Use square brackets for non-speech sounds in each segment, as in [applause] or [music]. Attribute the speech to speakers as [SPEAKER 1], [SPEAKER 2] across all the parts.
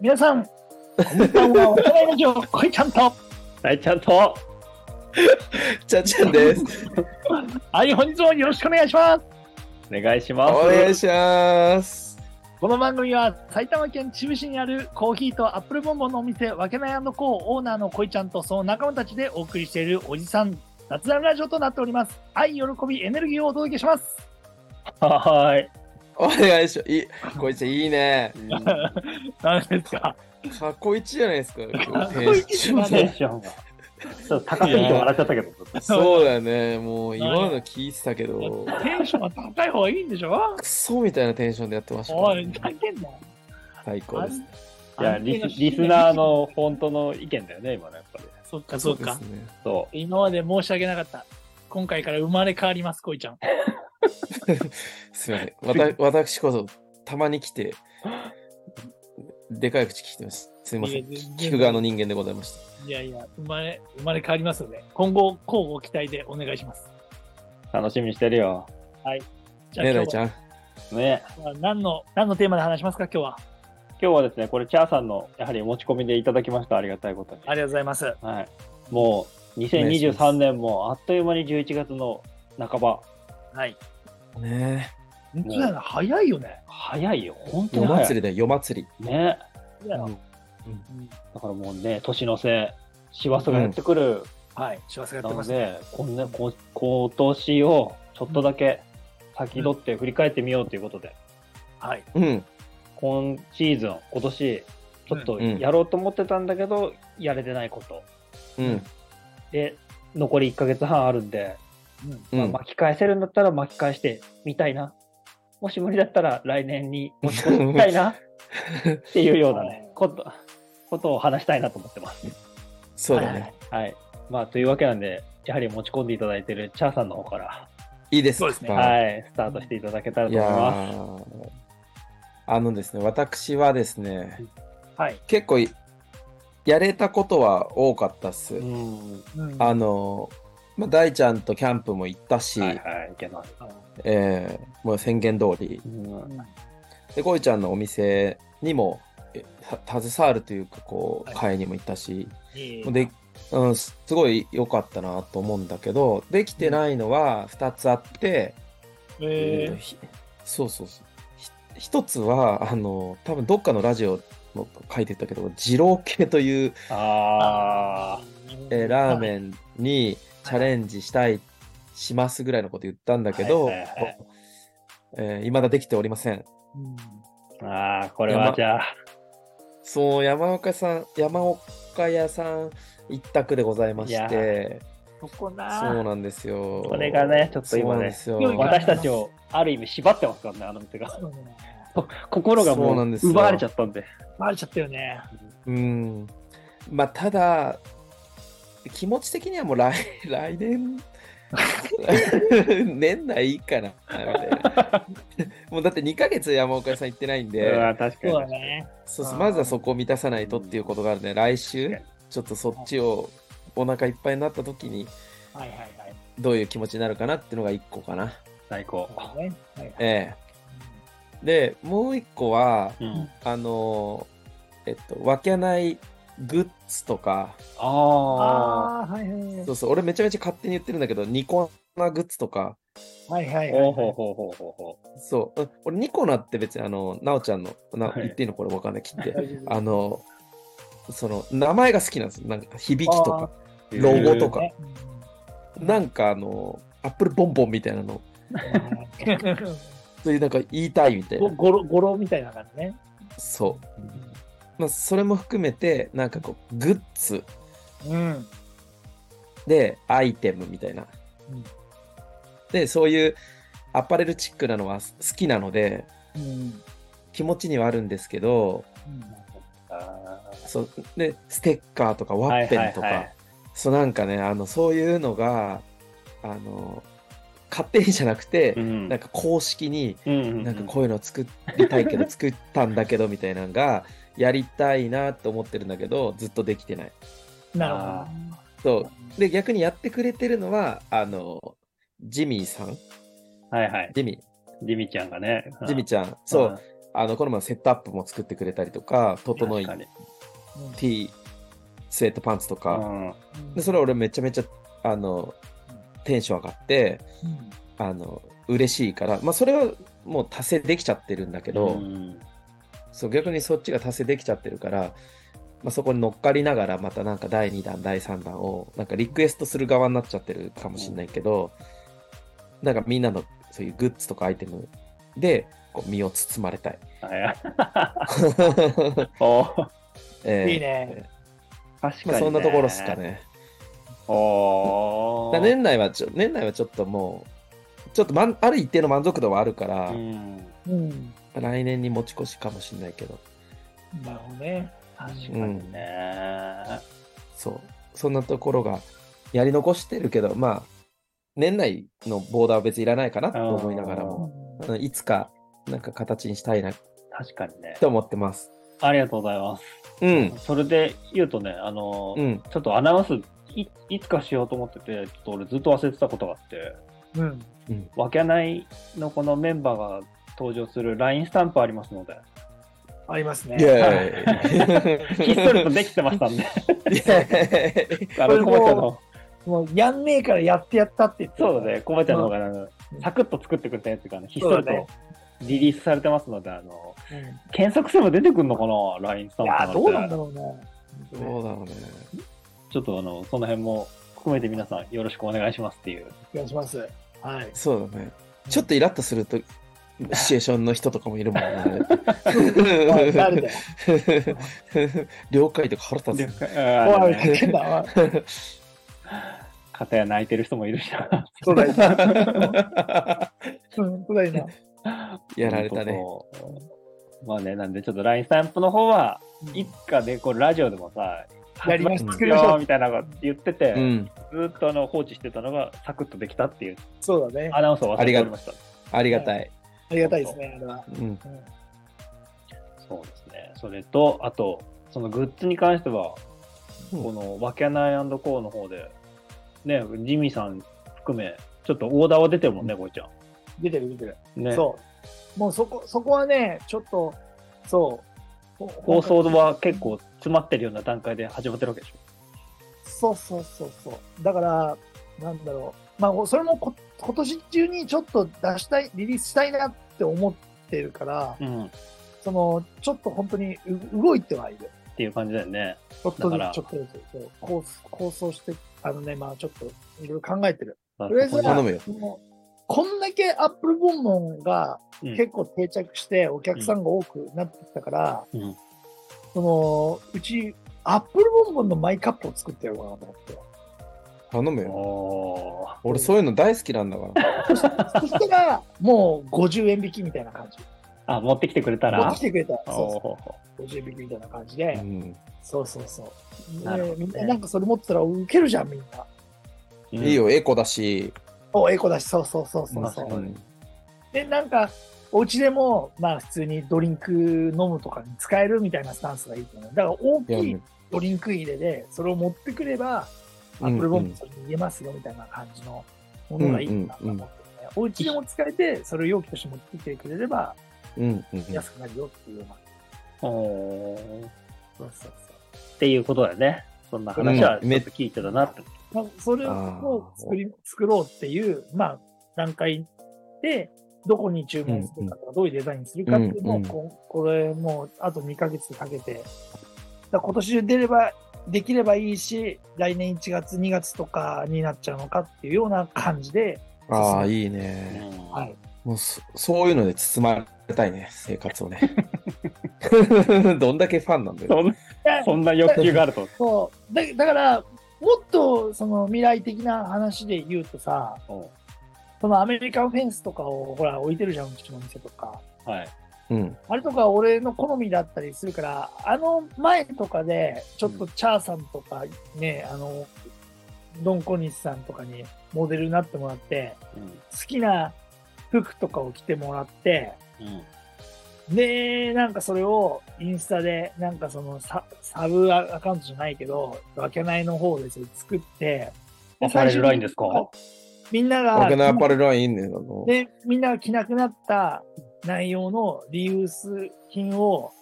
[SPEAKER 1] 皆さん、こんばんは。お互いの情こいちゃんと。
[SPEAKER 2] はい、ちゃんと。
[SPEAKER 3] ちゃんちゃんです。
[SPEAKER 1] はい、本日もよろしくお願いします。
[SPEAKER 2] お願いします。
[SPEAKER 3] お願いします。
[SPEAKER 1] この番組は埼玉県秩父市にあるコーヒーとアップルボンボンのお店、わけないのコーオーナーのこいちゃんとその仲間たちでお送りしているおじさん雑談ラジオとなっております。愛、喜び、エネルギーをお届けします。
[SPEAKER 2] はーい。
[SPEAKER 3] お願いします。いい、こいついいね。
[SPEAKER 1] 何ですか
[SPEAKER 3] かっこいいじゃないですか。か
[SPEAKER 1] っこいいですね
[SPEAKER 2] テンションが。ちょっと高すぎて笑っちゃったけど。
[SPEAKER 3] そうだね。もう今の聞いてたけど、
[SPEAKER 1] テンションが高い方がいいんでしょ
[SPEAKER 3] クソみたいなテンションでやってました
[SPEAKER 1] おい、
[SPEAKER 3] ね。
[SPEAKER 1] だけんな。
[SPEAKER 3] 最高です。
[SPEAKER 2] いやリス、リスナー。の本当の意見だよね、今のやっぱり。
[SPEAKER 1] そっか、そっ
[SPEAKER 3] で
[SPEAKER 1] か
[SPEAKER 3] す。ね。
[SPEAKER 2] そ
[SPEAKER 1] 今まで申し訳なかった。今回から生まれ変わります、こいちゃん。
[SPEAKER 3] すみません。わ
[SPEAKER 1] [laughs]
[SPEAKER 3] た私こそたまに来て、でかい口聞いてます。すみません。
[SPEAKER 1] いや全然
[SPEAKER 3] 聞く側の人間でございました。
[SPEAKER 1] いやいや、生まれ、生まれ変わりますので、今後、交互期待でお願いします。
[SPEAKER 2] う。楽しみにしてるよ。
[SPEAKER 1] じゃあ、
[SPEAKER 3] ねえ、
[SPEAKER 1] 今
[SPEAKER 3] 大
[SPEAKER 1] 日
[SPEAKER 3] ち
[SPEAKER 1] は
[SPEAKER 3] ゃん。
[SPEAKER 2] ね。
[SPEAKER 1] 何の、何のテーマで話しますか、今日は。
[SPEAKER 2] 今日はですね、これ、チャーさんの、やはり持ち込みでいただきました。ありがたいことに。
[SPEAKER 1] ありがとうございます。
[SPEAKER 2] はい。もう、
[SPEAKER 3] 願いします
[SPEAKER 2] 2023年も、あっという間に11月の半ば。
[SPEAKER 1] はい。
[SPEAKER 3] ね
[SPEAKER 1] 本当だよな、早いよね。
[SPEAKER 2] 早いよ。本
[SPEAKER 3] え。
[SPEAKER 2] 当に
[SPEAKER 3] 夜
[SPEAKER 2] 早
[SPEAKER 3] 祭
[SPEAKER 2] い。
[SPEAKER 3] りだよ、夜祭り。
[SPEAKER 2] ね。
[SPEAKER 3] うん
[SPEAKER 1] うん
[SPEAKER 2] だからもうね、年の瀬、師走がやってくる。
[SPEAKER 1] はい、幸せがや
[SPEAKER 2] な
[SPEAKER 1] ってます。
[SPEAKER 2] ので、こんなこ今年をちょっとだけ先取って振り返ってみようということで、
[SPEAKER 1] はい。
[SPEAKER 3] うん。
[SPEAKER 2] 今シーズン、今年、ちょっと
[SPEAKER 3] うん
[SPEAKER 2] やろうと思ってたんだけど、やれてないこと。
[SPEAKER 3] うん。
[SPEAKER 2] で、残り1ヶ月半あるんで、
[SPEAKER 1] うん
[SPEAKER 3] う
[SPEAKER 2] まあ
[SPEAKER 3] ん。
[SPEAKER 2] 巻き返せるんだったら巻き返してみたいな。もし無理だったら来年に持ち越してみたい
[SPEAKER 1] [laughs]
[SPEAKER 2] なっていうようなね、こと、ことを話したいなと思ってます。
[SPEAKER 3] そう
[SPEAKER 1] は
[SPEAKER 3] だ
[SPEAKER 1] い
[SPEAKER 3] ね。
[SPEAKER 2] はい。まあ、というわけなんで、やはり持ち込んでいただいているチャーさんの方から、
[SPEAKER 3] いいです
[SPEAKER 1] そう
[SPEAKER 3] か。
[SPEAKER 1] ですね
[SPEAKER 3] い
[SPEAKER 2] はい、スタートしていただけたらと
[SPEAKER 3] や
[SPEAKER 2] 思います。
[SPEAKER 3] ーあのですね、私はですね、
[SPEAKER 1] はい。
[SPEAKER 3] 結構いやれたことは多かったっす。
[SPEAKER 2] うん。
[SPEAKER 1] うん
[SPEAKER 3] あの、まあ、大ちゃんとキャンプも行ったし、
[SPEAKER 2] はいはい、いけます。
[SPEAKER 3] えーもう宣言通り、
[SPEAKER 2] うん。
[SPEAKER 3] で、こいちゃんのお店にも、えた携わるというか、こう、
[SPEAKER 1] はい
[SPEAKER 3] 会にも行ったし、
[SPEAKER 1] いい
[SPEAKER 3] でうん、すすごい良かったなと思うんだけど、できてないのは2つあって、えっと
[SPEAKER 1] え
[SPEAKER 3] ひそうそうそう。ひ一つは、あの、多分どっかのラジオの書いてたけど、二郎系という、
[SPEAKER 2] ああ、
[SPEAKER 3] えーラー
[SPEAKER 1] ン。
[SPEAKER 3] メンにチャレンジしたい、しますぐらいのこと言ったんだけど、
[SPEAKER 2] はいはいはい
[SPEAKER 3] えー未だできておりません。
[SPEAKER 1] うん
[SPEAKER 2] ああ、これはじゃあ、
[SPEAKER 3] そう、山岡さん、山岡屋さん一択でございま
[SPEAKER 2] いや
[SPEAKER 3] して、
[SPEAKER 1] そこ
[SPEAKER 3] そう
[SPEAKER 1] な。
[SPEAKER 3] なんですよ。
[SPEAKER 2] これがねちょっと今ね
[SPEAKER 3] そう
[SPEAKER 1] 勢
[SPEAKER 3] ないん
[SPEAKER 1] が
[SPEAKER 3] で
[SPEAKER 2] 私
[SPEAKER 3] すよ。
[SPEAKER 2] たちをある意味縛ってますからね、あの店
[SPEAKER 3] [laughs]
[SPEAKER 2] が。
[SPEAKER 1] そうだね
[SPEAKER 2] 心が
[SPEAKER 3] そう
[SPEAKER 2] も
[SPEAKER 3] な
[SPEAKER 2] うん
[SPEAKER 3] ですよ
[SPEAKER 2] 奪われちゃったんで。
[SPEAKER 1] バレちゃったよね。
[SPEAKER 3] うん。まあ、ただ、気持ち的にはもう来 [laughs] 来年、 [laughs] 年内いいかな、みたいな。 [laughs] もうだって2ヶ月山岡屋さん行ってないん
[SPEAKER 2] う
[SPEAKER 3] で、
[SPEAKER 2] わ確か
[SPEAKER 1] そうだ
[SPEAKER 2] に。
[SPEAKER 1] ね。
[SPEAKER 3] そうそう
[SPEAKER 1] あー
[SPEAKER 3] まずはそこを満たさないとっていうことがあるんで、来週、ちょっとそっちをお腹いっぱいになった時に、
[SPEAKER 1] はいはいはい
[SPEAKER 3] どういう気持ちになるかなっていうのが1個かな。
[SPEAKER 2] 最高。
[SPEAKER 1] そうだね。はいはい
[SPEAKER 3] ええ。で、もう1個は、
[SPEAKER 2] うん。
[SPEAKER 3] あのー、えっと、わけないグッズとか、
[SPEAKER 2] あ
[SPEAKER 1] あ
[SPEAKER 2] あ。
[SPEAKER 1] あ、はいはいはい
[SPEAKER 3] そうそう、俺めちゃめちゃ勝手に言ってるんだけど、ニコナグッズとか、
[SPEAKER 1] はいはいはい。
[SPEAKER 2] ほうほうほうほうほうほ
[SPEAKER 3] そう、うん俺ニコナって別にあの、なおちゃんの、な
[SPEAKER 2] はい
[SPEAKER 3] 言っていいのこれわかんない、切って。
[SPEAKER 1] 大丈夫
[SPEAKER 3] あの、その、名前が好きなんですよ。なんか、響きとか、
[SPEAKER 2] う。
[SPEAKER 3] ロゴとか
[SPEAKER 1] ねうん
[SPEAKER 3] なんかあの、アップルボンボンみたいなの、そういうなんか言いたいみたい
[SPEAKER 1] [laughs] ご
[SPEAKER 3] な。
[SPEAKER 1] ごろごろみたいな感じね。
[SPEAKER 3] そう。まあ、それも含めて、なんかこう、グッズ
[SPEAKER 1] うん。
[SPEAKER 3] で、アイテムみたいな。
[SPEAKER 1] うん
[SPEAKER 3] で、そういうアパレルチックなのは好きなので、
[SPEAKER 1] うん。
[SPEAKER 3] 気持ちにはあるんですけど、
[SPEAKER 2] あー
[SPEAKER 3] そうでステッカーとかワッペンと
[SPEAKER 2] はいはいは
[SPEAKER 3] か
[SPEAKER 2] い
[SPEAKER 3] そうなんかねあのそういうのがあの勝手にじゃなくて、
[SPEAKER 2] うん
[SPEAKER 3] なんか公式に
[SPEAKER 2] うん。
[SPEAKER 3] なんかこういうの作りた
[SPEAKER 2] [laughs]
[SPEAKER 3] いけど作ったんだけどみたいなのがやりたいなと思ってるんだけどずっとできてない
[SPEAKER 1] なる
[SPEAKER 2] あ
[SPEAKER 3] そうで逆にやってくれてるのはあのジミーさん
[SPEAKER 2] はいはい。
[SPEAKER 3] ジミ
[SPEAKER 2] ジミちゃんがね。
[SPEAKER 3] ージミー
[SPEAKER 2] ち
[SPEAKER 3] ちゃんそうあの、この前セットアップも作ってくれたりとか、整い
[SPEAKER 2] 確か、に
[SPEAKER 3] T、スウェットパンツと
[SPEAKER 2] う
[SPEAKER 3] か、
[SPEAKER 2] ん
[SPEAKER 3] でそれ俺めちゃめちゃ、あの、テンション上がって、
[SPEAKER 1] うん
[SPEAKER 3] あの、嬉しいから、まあそれはもう達成できちゃってるんだけど、
[SPEAKER 2] うん
[SPEAKER 3] そう逆にそっちが達成できちゃってるから、まあ、そこに乗っかりながらまたなんか第2弾第3弾をなんかリクエストする側になっちゃってるかもしれないけど、なんかみんなのそういうグッズとかアイテムでこう身を包まれたい。 [laughs]
[SPEAKER 2] あいや [laughs] おー
[SPEAKER 3] ええ
[SPEAKER 1] いいね。
[SPEAKER 2] 確かに、
[SPEAKER 3] まあ、
[SPEAKER 2] ね。
[SPEAKER 3] そんなところっすか。ね。
[SPEAKER 2] お
[SPEAKER 3] だ
[SPEAKER 2] ー
[SPEAKER 3] から年内はちょ年内はちょっともうちょっと、まん、ある一定の満足度はあるから、
[SPEAKER 2] うん
[SPEAKER 1] うん。
[SPEAKER 3] 来年に持ち越しかもしれないけど
[SPEAKER 1] なるほどね。
[SPEAKER 2] 確かにね。
[SPEAKER 3] そうそんなところがやり残してるけどまあ年内のボーダーは別にいらないかなと思いながらも。うんいつか、なんか形にしたいな
[SPEAKER 2] 確かにね。
[SPEAKER 3] と思ってます。
[SPEAKER 2] ありがとうございます。
[SPEAKER 3] うん。
[SPEAKER 2] それで言うとね、あの、
[SPEAKER 3] うん。
[SPEAKER 2] ちょっとアナウンスい、いつかしようと思ってて、ちょっと俺ずっと忘れてたことがあって、
[SPEAKER 1] うん。
[SPEAKER 2] わけないのこのメンバーが登場する LINE スタンプありますので、
[SPEAKER 1] ありますね。
[SPEAKER 3] イェーイ。
[SPEAKER 2] ひっそりとできてました
[SPEAKER 3] [laughs]
[SPEAKER 2] んで、
[SPEAKER 3] イェーイ
[SPEAKER 2] あの、コバちゃんの、
[SPEAKER 1] もうやんねえからやってやったって言って
[SPEAKER 2] そうだね、コバちゃんの方があの、サクッと作ってくれたやつがね、ひっそ
[SPEAKER 1] そ
[SPEAKER 2] りと
[SPEAKER 1] うだね
[SPEAKER 2] リリースされてますので、あの、
[SPEAKER 1] うんい
[SPEAKER 2] 検索すれば出てくるのかな、LINE スタンプ
[SPEAKER 1] や
[SPEAKER 2] ん
[SPEAKER 1] ー
[SPEAKER 2] て
[SPEAKER 1] どうなんだろうね。
[SPEAKER 3] そうだろうね。
[SPEAKER 2] ちょっとあの、その辺も含めて皆さんよろしくお願いしますっていう。
[SPEAKER 1] お願いします。はい。
[SPEAKER 3] そうだね。ちょっとイラッとすると、シチュエーションの人とかもいるもんね。
[SPEAKER 1] 誰だよ。
[SPEAKER 3] [laughs] 了解とか腹立つ。
[SPEAKER 1] おい、
[SPEAKER 2] あ
[SPEAKER 1] ふざけんなおい
[SPEAKER 2] 片や泣いてる人もいるしな。
[SPEAKER 1] [laughs] そうだようんそうだよな。
[SPEAKER 3] やられ
[SPEAKER 2] [laughs]
[SPEAKER 3] たね。
[SPEAKER 2] 本当そう。まあね、なんでちょっと LINE スタンプの方は、いつかね、こうラジオでもさ、
[SPEAKER 1] [laughs] やりまし
[SPEAKER 3] うん
[SPEAKER 1] た。
[SPEAKER 2] 作
[SPEAKER 1] 作
[SPEAKER 2] る
[SPEAKER 1] りましょ
[SPEAKER 2] よ
[SPEAKER 1] う。
[SPEAKER 2] みたいなのが言ってて、
[SPEAKER 3] うん。
[SPEAKER 2] ずっとあの放置してたのがサクッとできたっていう
[SPEAKER 1] そうだね。
[SPEAKER 2] アナウンスを忘れておりました。
[SPEAKER 3] ありがたい。
[SPEAKER 1] ありがたいですね、あれは。
[SPEAKER 3] うん。
[SPEAKER 1] うん
[SPEAKER 2] そうですね。それと、あと、そのグッズに関しては、
[SPEAKER 3] うん
[SPEAKER 2] このワキャナイコーの方で、ね、ジミーさん含め、ちょっとオーダーは出てるもんね、こいちゃ
[SPEAKER 1] 出てる出てる。
[SPEAKER 2] ん。ね。
[SPEAKER 1] そう。もうそこ、そこはね、ちょっと、そう。
[SPEAKER 2] 放送は結構詰まってるような段階で始まってるわけでしょ。
[SPEAKER 1] そうそうそうそう。だから、なんだろう。まあ、それもこ今年中にちょっと出したい、リリースしたいなって思ってるから、
[SPEAKER 2] うん。っ
[SPEAKER 1] その、ちょっと本当にう動いてはいる。
[SPEAKER 2] ていう感じだよね。
[SPEAKER 1] ちょっとず
[SPEAKER 2] だから
[SPEAKER 1] つ、ちょっとずつ、そう構構想して、あのね、まあちょっといろいろ考えてる。
[SPEAKER 2] と
[SPEAKER 1] とりあえずは、
[SPEAKER 3] 頼むよ
[SPEAKER 1] そのこんだけアップルボンボンが
[SPEAKER 2] うん
[SPEAKER 1] 結構定着してお客さんが多くなってきたから、
[SPEAKER 2] うん
[SPEAKER 1] その、うち、アップルボンボンのマイカップを作ってやろうかなと思って。
[SPEAKER 3] 頼むよ。
[SPEAKER 2] おー
[SPEAKER 3] 俺そういうの大好きなんだから。
[SPEAKER 1] そしたら、もう50円引きみたいな感じ。
[SPEAKER 2] あ、持ってきてくれた
[SPEAKER 1] もう
[SPEAKER 2] ら
[SPEAKER 1] 来。てくれたら、そう
[SPEAKER 2] おー
[SPEAKER 1] そう、50円引きみたいな感じ
[SPEAKER 3] う
[SPEAKER 1] で、
[SPEAKER 3] ん。
[SPEAKER 1] そうそうそう。
[SPEAKER 2] なるほどね
[SPEAKER 1] みんななんかそれ持ってたらウケるじゃん、みんな。
[SPEAKER 2] うん
[SPEAKER 3] いい。よ、エコだし。
[SPEAKER 1] お、エコだし、そうそうそうそうそう。
[SPEAKER 3] うん
[SPEAKER 1] で、なんか、お家でも、まあ普通にドリンク飲むとかに使えるみたいなスタンスがいいと思う。だから大
[SPEAKER 3] いや
[SPEAKER 1] きいドリンク入れで、それを持ってくれば、アップルボンドそれに入れますよみたいな感じのものがいいなと思って、ねお家でも使えて、それを容器として持ってきてくれれば、
[SPEAKER 3] うん。うん。
[SPEAKER 1] 安くなるよっていうような。
[SPEAKER 2] おー
[SPEAKER 1] そうそうそう。
[SPEAKER 2] っていうことだよね。そんな話はちょっと聞いてたなって。
[SPEAKER 1] まあ、それを作り作ろうっていう、まあ、段階で、どこに注文するかとか、どういうデザインするかっていうの
[SPEAKER 3] う
[SPEAKER 1] を、
[SPEAKER 3] んうん
[SPEAKER 1] ここれもうあと2ヶ月かけて、だから今年中出れば、できればいいし、来年1月、2月とかになっちゃうのかっていうような感じで、
[SPEAKER 3] ああ、いいね。
[SPEAKER 2] うん
[SPEAKER 1] はい。
[SPEAKER 3] もうそそういうので包まれたいね、生活を [laughs] ね。どんだけファンなんだよ。
[SPEAKER 2] そんなそんな欲求があると。
[SPEAKER 1] そうだだから、もっとその未来的な話で言うとさ、
[SPEAKER 2] お
[SPEAKER 1] そのアメリカンフェンスとかをほら置いてるじゃん、うちの店とか。
[SPEAKER 2] はい。
[SPEAKER 3] うん。
[SPEAKER 1] あれとか俺の好みだったりするから、あの前とかで、ちょっとチャーさんとかね、あの、ドンコニスさんとかにモデルになってもらって、
[SPEAKER 2] うん
[SPEAKER 1] 好きな服とかを着てもらって、
[SPEAKER 2] うん
[SPEAKER 1] で、なんかそれをインスタで、なんかそのササブアカウントじゃないけど、わけないの方でそれ作って、
[SPEAKER 2] アパレルラインですか
[SPEAKER 1] みんなが、
[SPEAKER 3] わけのアパレルはいいんだよ。あの
[SPEAKER 1] で、みんなが着なくなった内容のリユース品を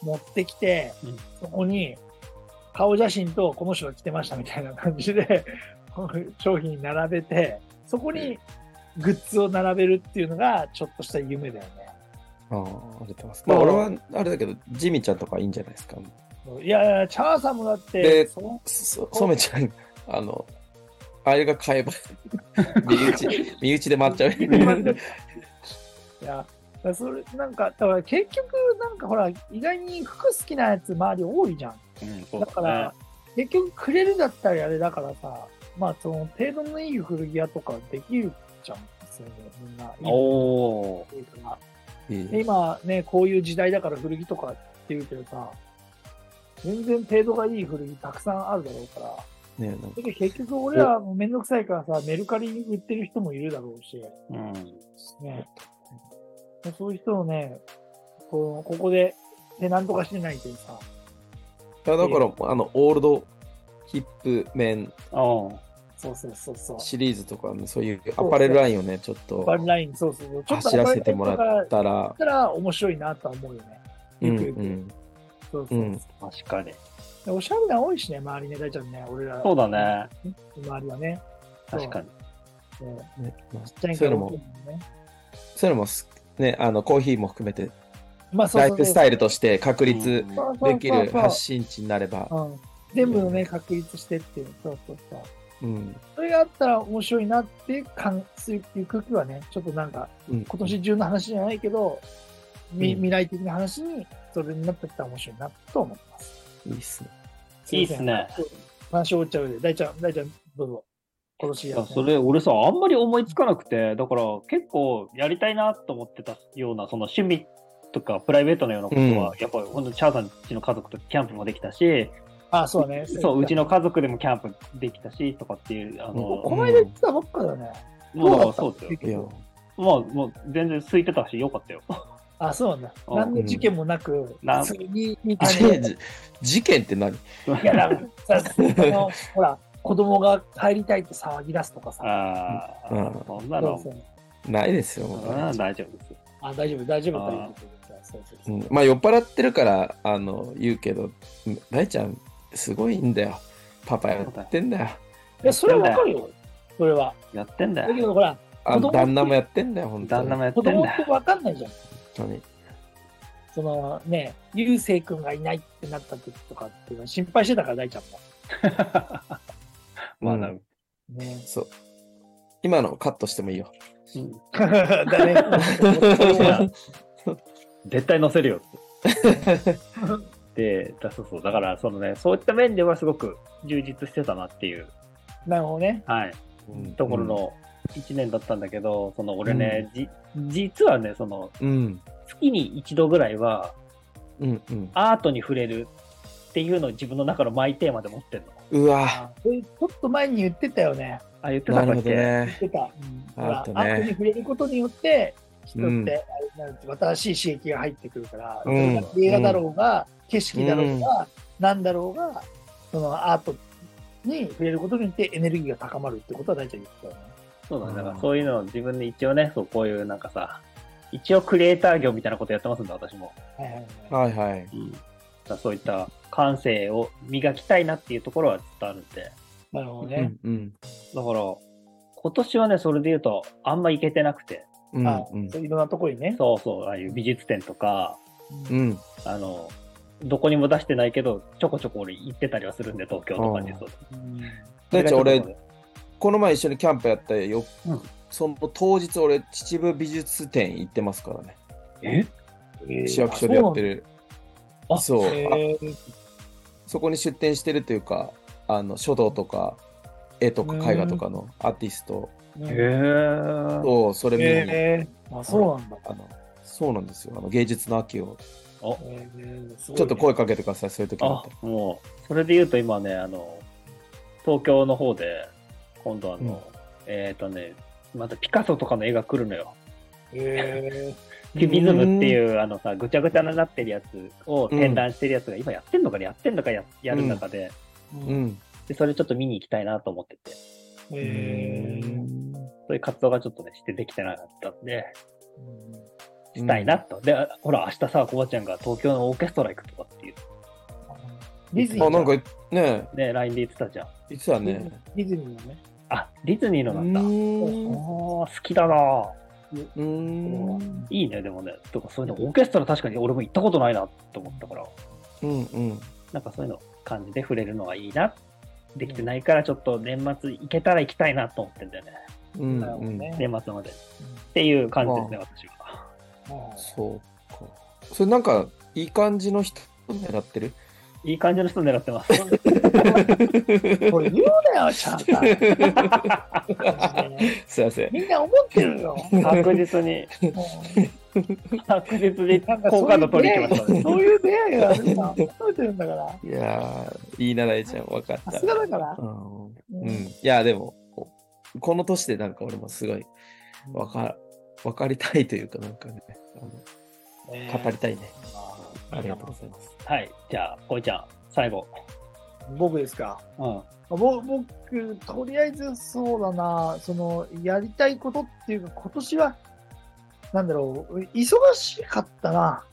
[SPEAKER 1] 持ってきて、
[SPEAKER 2] うん
[SPEAKER 1] そこに顔写真とこの人が来てましたみたいな感じで商品並べてそこにグッズを並べるっていうのがちょっとした夢だよ
[SPEAKER 3] ああ、ありがとうございます。まあ、俺は、あれだけど、ジミちゃんとかいいんじゃないですか。
[SPEAKER 1] ね。いやいや、チャーさんもだって、
[SPEAKER 3] で
[SPEAKER 1] そう
[SPEAKER 3] そ、そめちゃん、あの、あれが買えば、身内、身内で待っちゃ
[SPEAKER 2] [laughs]
[SPEAKER 3] う。
[SPEAKER 1] いや、だからそれ、なんか、だから結局、なんかほら、意外に服好きなやつ周り多いじゃん。
[SPEAKER 2] うん、そう
[SPEAKER 1] だから、結局くれるだったらあれだからさ、まあその程度のいい古着屋とかできるじゃん、それでみんな。
[SPEAKER 2] おお
[SPEAKER 1] いいから
[SPEAKER 3] いい
[SPEAKER 1] で今ね、こういう時代だから古着とかって言うけどさ、全然程度がいい古着たくさんあるだろうから、
[SPEAKER 3] ねなんか
[SPEAKER 1] それで結局俺らもめんどくさいからさ、メルカリに売ってる人もいるだろうし、
[SPEAKER 2] ー。うん。
[SPEAKER 1] ね、そういう人をね、こうここでテナント化してないというさ、
[SPEAKER 3] いやだから、あの、オールドヒップ面
[SPEAKER 2] おー
[SPEAKER 1] そうそうそうそう。
[SPEAKER 3] シリーズとか、そういうアパレルラインをね、ちょっと
[SPEAKER 1] バンライン、そうそうそう。ちょっと
[SPEAKER 3] 走らせてもら
[SPEAKER 1] バンライン
[SPEAKER 3] っ
[SPEAKER 1] とか
[SPEAKER 3] たら
[SPEAKER 1] だっ、たら面白いなとは思うよね。
[SPEAKER 3] うん
[SPEAKER 1] ゆく
[SPEAKER 3] う
[SPEAKER 1] ゆく
[SPEAKER 3] ん。
[SPEAKER 1] そうそうそう
[SPEAKER 3] うん
[SPEAKER 2] 確かに。
[SPEAKER 1] でおしゃれな多いしね、周りね、大ちゃんね、俺ら。
[SPEAKER 2] そうだね。
[SPEAKER 1] 周りはね。
[SPEAKER 2] 確かに。
[SPEAKER 1] そうね
[SPEAKER 3] ねまあ
[SPEAKER 1] ちっちゃい
[SPEAKER 3] そういう
[SPEAKER 1] から
[SPEAKER 3] の
[SPEAKER 1] 大きい
[SPEAKER 3] も、
[SPEAKER 1] もんね。
[SPEAKER 3] そういうのもす、ね、あの、コーヒーも含めて、
[SPEAKER 1] まあそう
[SPEAKER 3] ラ
[SPEAKER 1] そ
[SPEAKER 3] イ
[SPEAKER 1] うそう
[SPEAKER 3] フスタイルとして確立
[SPEAKER 2] う
[SPEAKER 1] そ
[SPEAKER 2] ん
[SPEAKER 1] うそうそう
[SPEAKER 3] できる発信地になれば、
[SPEAKER 1] うん全部のね、確立してっていう。そうそうそう。
[SPEAKER 3] うん。
[SPEAKER 1] それがあったら面白いなっていう感、そういう空気はね、ちょっとなんか、
[SPEAKER 3] 今
[SPEAKER 1] 今年中の話じゃないけど、み
[SPEAKER 3] うん
[SPEAKER 1] 未来的な話に、それになってきたら面白いなと思ってます。
[SPEAKER 3] いいっすね。
[SPEAKER 2] いいっすね。
[SPEAKER 1] 話を終わっちゃうよで、大ちゃん、大ちゃん、どうぞ。今年や
[SPEAKER 2] いやそれ俺さあんまり思いつかなくてだから結構やりたいなと思ってたようなその趣味とかプライベートのようなことは、
[SPEAKER 3] う
[SPEAKER 2] やっぱり本当にチャーさんちの家族とキャンプもできたし
[SPEAKER 1] あ、そうだね。
[SPEAKER 2] [laughs] そううちの家族でもキャンプできたしとかっていうあの
[SPEAKER 1] こ
[SPEAKER 3] う
[SPEAKER 1] この間言ってたばっかだね。
[SPEAKER 2] もうだから
[SPEAKER 1] ど
[SPEAKER 2] そうう
[SPEAKER 1] だった
[SPEAKER 2] だよ
[SPEAKER 3] いや、
[SPEAKER 2] まあもう全然空いてたしよかったよ
[SPEAKER 1] あ、そうなんだ。
[SPEAKER 2] うん
[SPEAKER 1] 何の事件もなく、
[SPEAKER 2] な
[SPEAKER 1] 普通に見
[SPEAKER 2] [laughs]
[SPEAKER 1] たね。
[SPEAKER 3] 事事件って何
[SPEAKER 1] いや、なんかさ、その、ほら、子供が帰りたいって騒ぎ出すとかさ。
[SPEAKER 2] ああ、
[SPEAKER 3] うん
[SPEAKER 2] そんな
[SPEAKER 1] そう
[SPEAKER 2] の
[SPEAKER 1] そう
[SPEAKER 3] ないですよ、
[SPEAKER 2] そ
[SPEAKER 3] も
[SPEAKER 2] んなの
[SPEAKER 3] う
[SPEAKER 2] 大丈夫ですよ
[SPEAKER 1] あ、大丈夫、大丈夫、
[SPEAKER 2] あー
[SPEAKER 1] 大丈夫。そうそう
[SPEAKER 3] う
[SPEAKER 1] そうん
[SPEAKER 3] まあ、酔っ払ってるから、あの、言うけど、大ちゃん、すごいんだよ。パパやってんだよ。
[SPEAKER 1] いや、それはわかるよ。それは。
[SPEAKER 2] やってんだ
[SPEAKER 1] だ
[SPEAKER 2] よ
[SPEAKER 1] けど、ほら、
[SPEAKER 3] あ
[SPEAKER 1] 子供
[SPEAKER 3] 旦那もやってんだよ、本当
[SPEAKER 2] 旦
[SPEAKER 3] に。
[SPEAKER 2] 那もやって
[SPEAKER 1] 子
[SPEAKER 2] んだ
[SPEAKER 1] 供
[SPEAKER 2] よ
[SPEAKER 1] ってわかんないじゃん。
[SPEAKER 3] 本当に。
[SPEAKER 1] そのね、ゆうせいくんがいないってなった時とかっていうのは心配してたから、大ちゃんも。
[SPEAKER 2] まあな、
[SPEAKER 3] う
[SPEAKER 1] ね。
[SPEAKER 3] そう。今のカットしてもいいよ。
[SPEAKER 2] うん
[SPEAKER 1] だね。
[SPEAKER 2] 絶対載せるよって。で、だそうそう。だから、そのね、そういった面ではすごく充実してたなっていう、
[SPEAKER 1] [laughs] なるほどね。
[SPEAKER 2] はい、
[SPEAKER 3] うん
[SPEAKER 2] ところ。の1年だったんだけど、その俺ね、じ、実はね、その、
[SPEAKER 3] うん。
[SPEAKER 2] 月に一度ぐらいは、
[SPEAKER 3] うんうん。
[SPEAKER 2] アートに触れるっていうのを自分の中のマイテーマで持ってんの。
[SPEAKER 3] うわ、
[SPEAKER 1] それちょっと前に言ってたよね。
[SPEAKER 2] あ、言って
[SPEAKER 3] な
[SPEAKER 2] た
[SPEAKER 3] る
[SPEAKER 2] か
[SPEAKER 3] ほ
[SPEAKER 2] っ
[SPEAKER 3] ど
[SPEAKER 2] け、
[SPEAKER 3] ね。
[SPEAKER 1] 言ってた。
[SPEAKER 3] あ
[SPEAKER 1] ほらア
[SPEAKER 3] とね
[SPEAKER 1] ートに触れることによって、人
[SPEAKER 3] う
[SPEAKER 1] っ
[SPEAKER 3] ん
[SPEAKER 1] てあれになるって新しい刺激が入ってくるから、
[SPEAKER 3] う
[SPEAKER 1] それ
[SPEAKER 3] ん
[SPEAKER 1] が映画だろうが、景色だろうが、なんだろうが、そのアートに触れることによってエネルギーが高まるってことは大ちゃん言ってたよね。
[SPEAKER 2] そうだね。だからそういうのを自分で一応ね、そう、こういうなんかさ、一応クリエイター業みたいなことやってますんだ、私も。
[SPEAKER 1] はいはいはい
[SPEAKER 3] はいはい。
[SPEAKER 2] うん、だからそういった感性を磨きたいなっていうところはずっとあるんで、だか
[SPEAKER 1] なるほど
[SPEAKER 3] う
[SPEAKER 1] ね。
[SPEAKER 3] んうん。
[SPEAKER 2] ら、今年はね、それで言うと、あんま行けてなくて、
[SPEAKER 3] うん
[SPEAKER 1] あ
[SPEAKER 3] うん
[SPEAKER 1] そういろんなところにね。
[SPEAKER 2] そうそう、ああいう美術展とか、
[SPEAKER 3] うん。
[SPEAKER 2] あの、どこにも出してないけど、ちょこちょこ俺行ってたりはするんで、東京とかに
[SPEAKER 3] あー
[SPEAKER 2] そう。
[SPEAKER 1] うん
[SPEAKER 3] だって俺
[SPEAKER 2] それがちょっ
[SPEAKER 3] この前一緒にキャンプやったよ。
[SPEAKER 2] うん
[SPEAKER 3] その当日俺、秩父美術展行ってますからね。
[SPEAKER 2] とね
[SPEAKER 3] 市役所でやってる。
[SPEAKER 2] あ
[SPEAKER 3] そう。あ
[SPEAKER 1] えー
[SPEAKER 3] そこに出展してるというか、あの書道とか絵とか絵画とかのアーティスト
[SPEAKER 1] う
[SPEAKER 2] え
[SPEAKER 1] ん
[SPEAKER 2] へー
[SPEAKER 3] と、それ見に、
[SPEAKER 1] えーあ、そうなんだ。
[SPEAKER 3] あのそうなんですよ。あの芸術の秋を、
[SPEAKER 1] えーすごいね
[SPEAKER 3] ちょっと声かけてください、そういう時に
[SPEAKER 2] あ、もう、それで言うと今ね、あの、東京の方で、今度あの、
[SPEAKER 3] うん
[SPEAKER 2] えっ、とね、またピカソとかの絵が来るのよ。
[SPEAKER 1] え
[SPEAKER 2] キュビズムっていう、あのさ、ぐちゃぐちゃになってるやつを展覧してるやつが、今やってんのかなやってんのかややる中で,、
[SPEAKER 1] ー
[SPEAKER 3] う。ん。
[SPEAKER 2] で、それちょっと見に行きたいなと思ってて、
[SPEAKER 1] えー
[SPEAKER 3] うん
[SPEAKER 2] そういう活動がちょっとね、してできてなかったんで、
[SPEAKER 1] うん
[SPEAKER 2] したいなと。で、ほら、明日さ、コバちゃんが東京のオーケストラ行くとかっていう。
[SPEAKER 1] ディズニー
[SPEAKER 3] あ、
[SPEAKER 1] じゃ
[SPEAKER 3] なんんか、ね
[SPEAKER 2] で、LINE で言ってたじゃん。
[SPEAKER 3] え、いつだ
[SPEAKER 1] ディ
[SPEAKER 3] ね
[SPEAKER 1] ズ。ニーディズニーのね。
[SPEAKER 2] あ、ディズニー
[SPEAKER 3] う
[SPEAKER 2] のな
[SPEAKER 3] ー
[SPEAKER 2] んだ。
[SPEAKER 3] ん。
[SPEAKER 2] おー、好きだなぁ
[SPEAKER 3] うーん。
[SPEAKER 2] いいね、でもね。とか、そういうの、オーケストラ確かに俺も行ったことないなと思ったから、
[SPEAKER 3] うんうん。
[SPEAKER 2] なんかそういうの感じで触れるのがいいな。できてないから、ちょっと年末行けたら行きたいなと思ってんだよね。
[SPEAKER 3] うん
[SPEAKER 1] なるほ
[SPEAKER 3] う
[SPEAKER 1] ど
[SPEAKER 3] ん。
[SPEAKER 1] ね。
[SPEAKER 2] 年末まで。っていう感じですね、私は。
[SPEAKER 1] うん
[SPEAKER 3] そうか。それなんか、いい感じの人狙っ
[SPEAKER 1] [laughs]
[SPEAKER 3] てる
[SPEAKER 2] いい感じの人狙ってます。
[SPEAKER 3] [laughs]
[SPEAKER 1] これ言うなよ、ちゃんと。
[SPEAKER 3] すいません。
[SPEAKER 1] みんな思ってるよ。
[SPEAKER 2] 確実に、確実に [laughs] 好感度取りに行きましたね。
[SPEAKER 1] そういう出会いがあるさ、求めてるんだから。
[SPEAKER 3] いやー、いいな、大ちゃん、わかっ
[SPEAKER 1] さ
[SPEAKER 3] た
[SPEAKER 1] す。がだから
[SPEAKER 3] う。ん。う
[SPEAKER 1] うん
[SPEAKER 3] ん。いや、でも、この年でなんか俺もすごい、わか、わかりたいというか、なんかね、あの語りたいね。ありがとうございます。
[SPEAKER 2] はい。じゃあ、こいちゃん、最後。
[SPEAKER 1] 僕ですか。
[SPEAKER 2] うん。
[SPEAKER 1] ぼ僕、とりあえずそうだな、その、やりたいことっていうか、今年は、なんだろう、忙しかったな。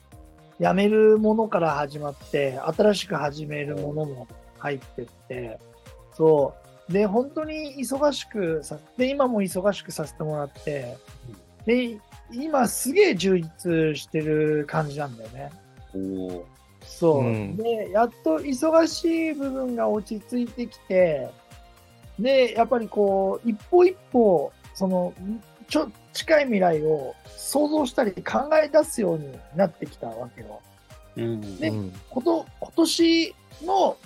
[SPEAKER 1] 辞めるものから始まって、新しく始めるものも入ってって、そう。で、本当に忙しくさで、今も忙しくさせてもらって、で、今すげえ充実してる感じなんだよね。
[SPEAKER 2] お
[SPEAKER 1] そう、
[SPEAKER 3] うん
[SPEAKER 1] で、やっと忙しい部分が落ち着いてきて、で、やっぱりこう、一歩一歩、その、ちょ、近い未来を想像したり考え出すようになってきたわけよ。
[SPEAKER 2] うん。
[SPEAKER 1] ね
[SPEAKER 3] うん
[SPEAKER 1] こと、今年の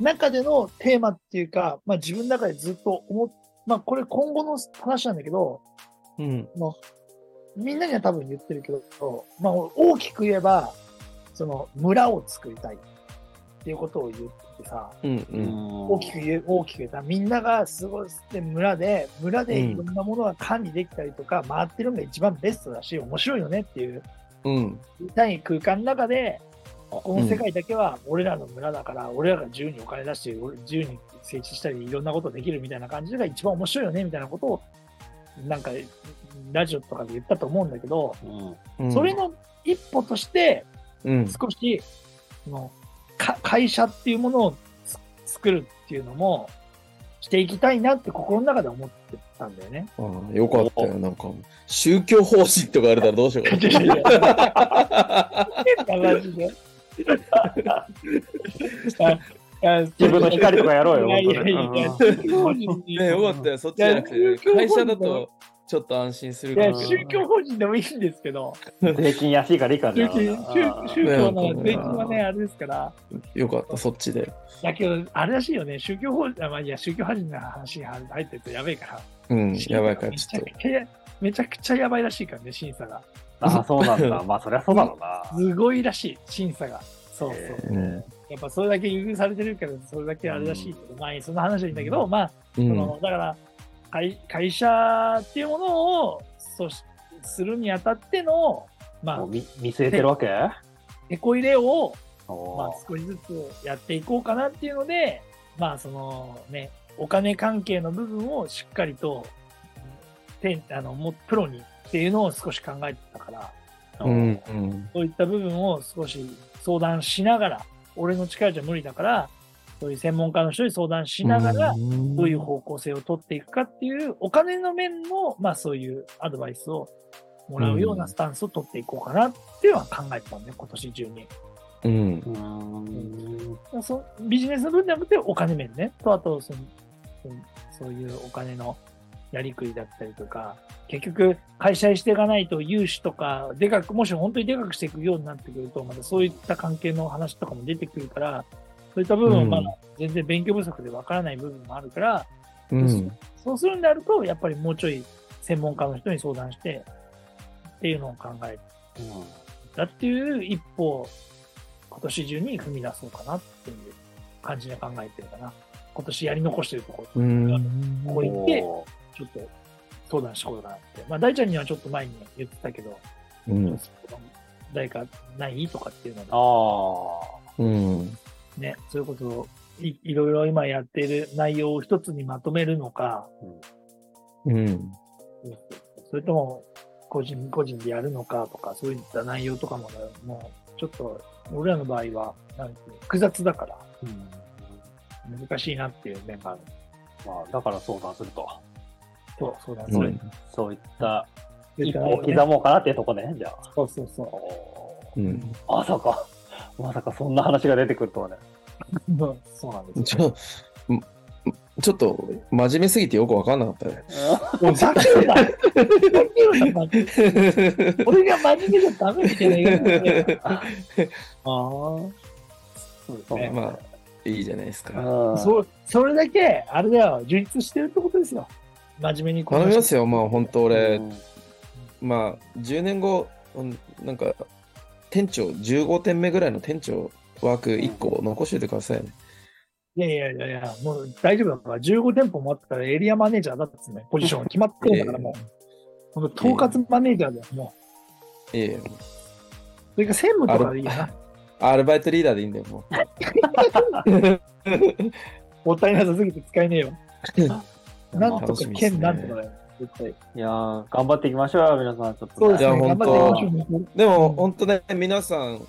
[SPEAKER 1] 中でのテーマっていうか、まあ自分の中でずっと思っ、まあこれ今後の話なんだけど、
[SPEAKER 3] うん。
[SPEAKER 1] みんなには多分言ってるけど、まあ、大きく言えば、その村を作りたいっていうことを言ってさ、
[SPEAKER 3] うんうん。
[SPEAKER 1] 大きく言え、大きく言えた。みんなが過ごして村で、村でいろんなものが管理できたりとか、回ってるのが一番ベストだし、面白いよねっていう、
[SPEAKER 3] うん。
[SPEAKER 1] 痛い空間の中で、ここの世界だけは俺らの村だから、俺らが自由にお金出して、俺自由に整地したり、いろんなことできるみたいな感じが一番面白いよねみたいなことを、なんか、ラジオとかで言ったと思うんだけど、
[SPEAKER 2] うん。
[SPEAKER 3] うん
[SPEAKER 1] それ、の一歩として、
[SPEAKER 3] うん。
[SPEAKER 1] 少し、そのか会社っていうものをつ作るっていうのも、していきたいなって心の中で思ってたんだよ
[SPEAKER 2] [laughs]
[SPEAKER 1] ね。
[SPEAKER 3] あーよかったよ。なんか、宗教方針とかあれたらどうしよう [laughs] かな
[SPEAKER 1] マジで。ああ
[SPEAKER 2] 自分の光とかやろうよ、
[SPEAKER 1] いやいやい
[SPEAKER 2] 本当
[SPEAKER 1] や
[SPEAKER 2] に。
[SPEAKER 3] ね、よかったよ。そっちじゃなく
[SPEAKER 1] いや宗教
[SPEAKER 3] て、
[SPEAKER 1] 法人
[SPEAKER 3] 会社だとちょっと安心する
[SPEAKER 1] い
[SPEAKER 3] か
[SPEAKER 1] や
[SPEAKER 3] もし
[SPEAKER 1] 宗
[SPEAKER 3] れない。
[SPEAKER 1] 教法人でもいいんですけど、
[SPEAKER 2] うん税金安いからいいから
[SPEAKER 1] 宗
[SPEAKER 2] ね
[SPEAKER 1] 教宗宗教なら税金はね、あれですから、
[SPEAKER 3] よかった、そっちで。
[SPEAKER 1] だけど、あれらしいよね、宗教法人、あまあ、いや、宗教法人の話が入ってるとやべえから、
[SPEAKER 3] うん、やばいから、ちょっと
[SPEAKER 1] めち。ゃくちゃめちゃくちゃやばいらしいからね、審査が。
[SPEAKER 2] ああ、そうなん
[SPEAKER 1] [laughs]
[SPEAKER 2] だ。まあ、そりゃそうだろうな。
[SPEAKER 1] すごいらしい、審査が。そうそう
[SPEAKER 2] へ。
[SPEAKER 3] うん
[SPEAKER 1] やっぱそれだけ優遇されてるから、それだけあれらしいけど、まあ、その話はいいんだけど、まあ、
[SPEAKER 3] う
[SPEAKER 1] そ
[SPEAKER 3] ん
[SPEAKER 1] の、だから会、会社っていうものを、そし、するにあたっての、ま
[SPEAKER 2] も
[SPEAKER 1] あ
[SPEAKER 2] う、見見据えてるわけ
[SPEAKER 1] 手こ入れを、まあ
[SPEAKER 2] お、
[SPEAKER 1] 少しずつやっていこうかなっていうので、まあ、そのね、お金関係の部分をしっかりと、てあの、もうプロにっていうのを少し考えてたから、
[SPEAKER 2] ー
[SPEAKER 3] うん。うん
[SPEAKER 1] そういった部分を少し相談しながら、俺の力じゃ無理だから、そういう専門家の人に相談しながら、どういう方向性を取っていくかっていう、お金の面の、まあそういうアドバイスをもらうようなスタンスを取っていこうかなっていうのは考えてたんで、今年中に。
[SPEAKER 3] うん
[SPEAKER 2] う。ん。
[SPEAKER 1] そビジネスの分じゃなくてお金面ね。と、あとその、うんそういうお金のやりくりだったりとか、結局、開催していかないと融資とか、でかく、もし本当にでかくしていくようになってくると、またそういった関係の話とかも出てくるから、そういった部分はまだ全然勉強不足でわからない部分もあるから、
[SPEAKER 3] うん。
[SPEAKER 1] そうするんであると、やっぱりもうちょい専門家の人に相談して、っていうのを考えたっていう一歩を今年中に踏み出そうかなっていう感じで考えてるかな。今年やり残してるところ、
[SPEAKER 3] うん
[SPEAKER 1] ここ行って、
[SPEAKER 2] おー
[SPEAKER 1] ちょっと相談しようかなって。まあ、大ちゃんにはちょっと前に言ってたけど、
[SPEAKER 3] うん。
[SPEAKER 1] 誰かないとかっていうのは
[SPEAKER 2] あ
[SPEAKER 3] うん。
[SPEAKER 1] ね、そういうことをいいろいろ今やっている内容を一つにまとめるのか、
[SPEAKER 3] うん。
[SPEAKER 1] それとも個人個人でやるのかとか、そういった内容とかもね、もう、ちょっと、俺らの場合は、なんていうの複雑だから、難しいなっていう面がある。
[SPEAKER 2] まあ、だから相談すると。
[SPEAKER 1] そう、そうだね。
[SPEAKER 3] うん
[SPEAKER 2] そういった
[SPEAKER 1] 絶
[SPEAKER 2] 一
[SPEAKER 1] 対
[SPEAKER 2] 歩を
[SPEAKER 1] ね
[SPEAKER 2] 刻もうかなっていうとこね、じゃあ。
[SPEAKER 1] そうそうそう。
[SPEAKER 3] うん
[SPEAKER 2] まさか、まさかそんな話が出てくるとはね。
[SPEAKER 1] うんそうなんです
[SPEAKER 3] ち
[SPEAKER 1] よ。
[SPEAKER 3] ょんちょっと真面目すぎてよく分かんなかったね。
[SPEAKER 1] もうざけんなざけんな [laughs] 俺が真面目じゃダメみた [laughs] いな言うのよああ。そうですね。
[SPEAKER 3] [laughs] まあいいじゃないですか。
[SPEAKER 2] うん
[SPEAKER 1] そそれだけ、あれだよ、充実してるってことですよ。真面目にこ
[SPEAKER 3] 頼みます
[SPEAKER 1] よ。
[SPEAKER 3] よ、まあ本当俺、
[SPEAKER 2] うん
[SPEAKER 3] まあ10年後、うんなんか店長、15点目ぐらいの店長ワーク1個残しておいてくださいね。
[SPEAKER 1] いやいやいやいや、もう大丈夫だから、15店舗もあったらエリアマネージャーだっつね、ポジション決まってるんだから、もう、ほんと統括マネージャーだよ、もう。
[SPEAKER 3] いえいえ
[SPEAKER 1] それか専務とかでいいよな。
[SPEAKER 3] アルバイトリーダーでいいんだよ、もう。 [laughs]
[SPEAKER 1] もったいなさすぎて使えねえよ。なんと
[SPEAKER 3] 楽
[SPEAKER 1] か
[SPEAKER 3] しみですね
[SPEAKER 1] 県なんとかだよ、絶対。
[SPEAKER 2] いやー、頑張っていきましょうよ、皆さん。ちょっとね、
[SPEAKER 1] そうですね、
[SPEAKER 3] いや
[SPEAKER 1] 頑
[SPEAKER 3] 本当
[SPEAKER 1] 張っていきましょう。
[SPEAKER 3] でも、
[SPEAKER 1] うん
[SPEAKER 3] 本当ね、皆さん、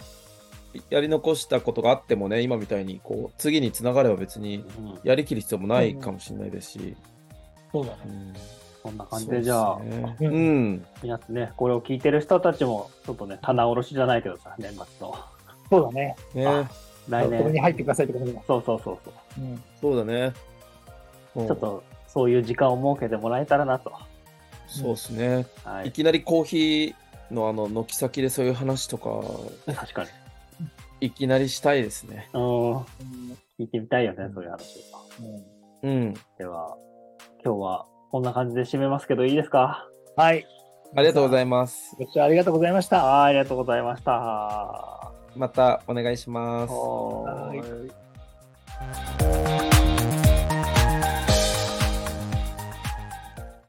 [SPEAKER 3] やり残したことがあってもね、今みたいに、こう、次につながれば別に、
[SPEAKER 2] うん
[SPEAKER 3] やりきる必要もないかもしれないですし。
[SPEAKER 1] そうだね。
[SPEAKER 3] うん
[SPEAKER 2] こんな感じで、じゃあ
[SPEAKER 3] そう、ですね
[SPEAKER 1] う
[SPEAKER 3] うん。
[SPEAKER 2] 皆さんね、これを聞いてる人たちも、ちょっとね、棚卸しじゃないけどさ、年末の。
[SPEAKER 1] そうだね。
[SPEAKER 3] ね、
[SPEAKER 1] こ
[SPEAKER 2] 来
[SPEAKER 1] こに
[SPEAKER 2] 年。
[SPEAKER 1] 入ってくださいってことだ。
[SPEAKER 2] そうそうそうそう。
[SPEAKER 1] うん。
[SPEAKER 3] そうだね。うん
[SPEAKER 2] ちょっと、そういう時間を設けてもらえたらなと。
[SPEAKER 3] そうですね。
[SPEAKER 2] はいい。
[SPEAKER 3] きなりコーヒーのあの軒先でそういう話とか、
[SPEAKER 2] 確かに。
[SPEAKER 3] いきなりしたいですね。
[SPEAKER 2] うん。聞いてみたいよね、そういう話。
[SPEAKER 1] うん
[SPEAKER 3] うん。
[SPEAKER 2] では、今日はこんな感じで締めますけど、いいですか [laughs]
[SPEAKER 1] はい。
[SPEAKER 3] ありがとうございます。
[SPEAKER 1] ご視聴ありがとうございました。
[SPEAKER 2] はい、ありがとうございました。
[SPEAKER 3] またお願いします。
[SPEAKER 2] は
[SPEAKER 1] はい
[SPEAKER 2] ーい。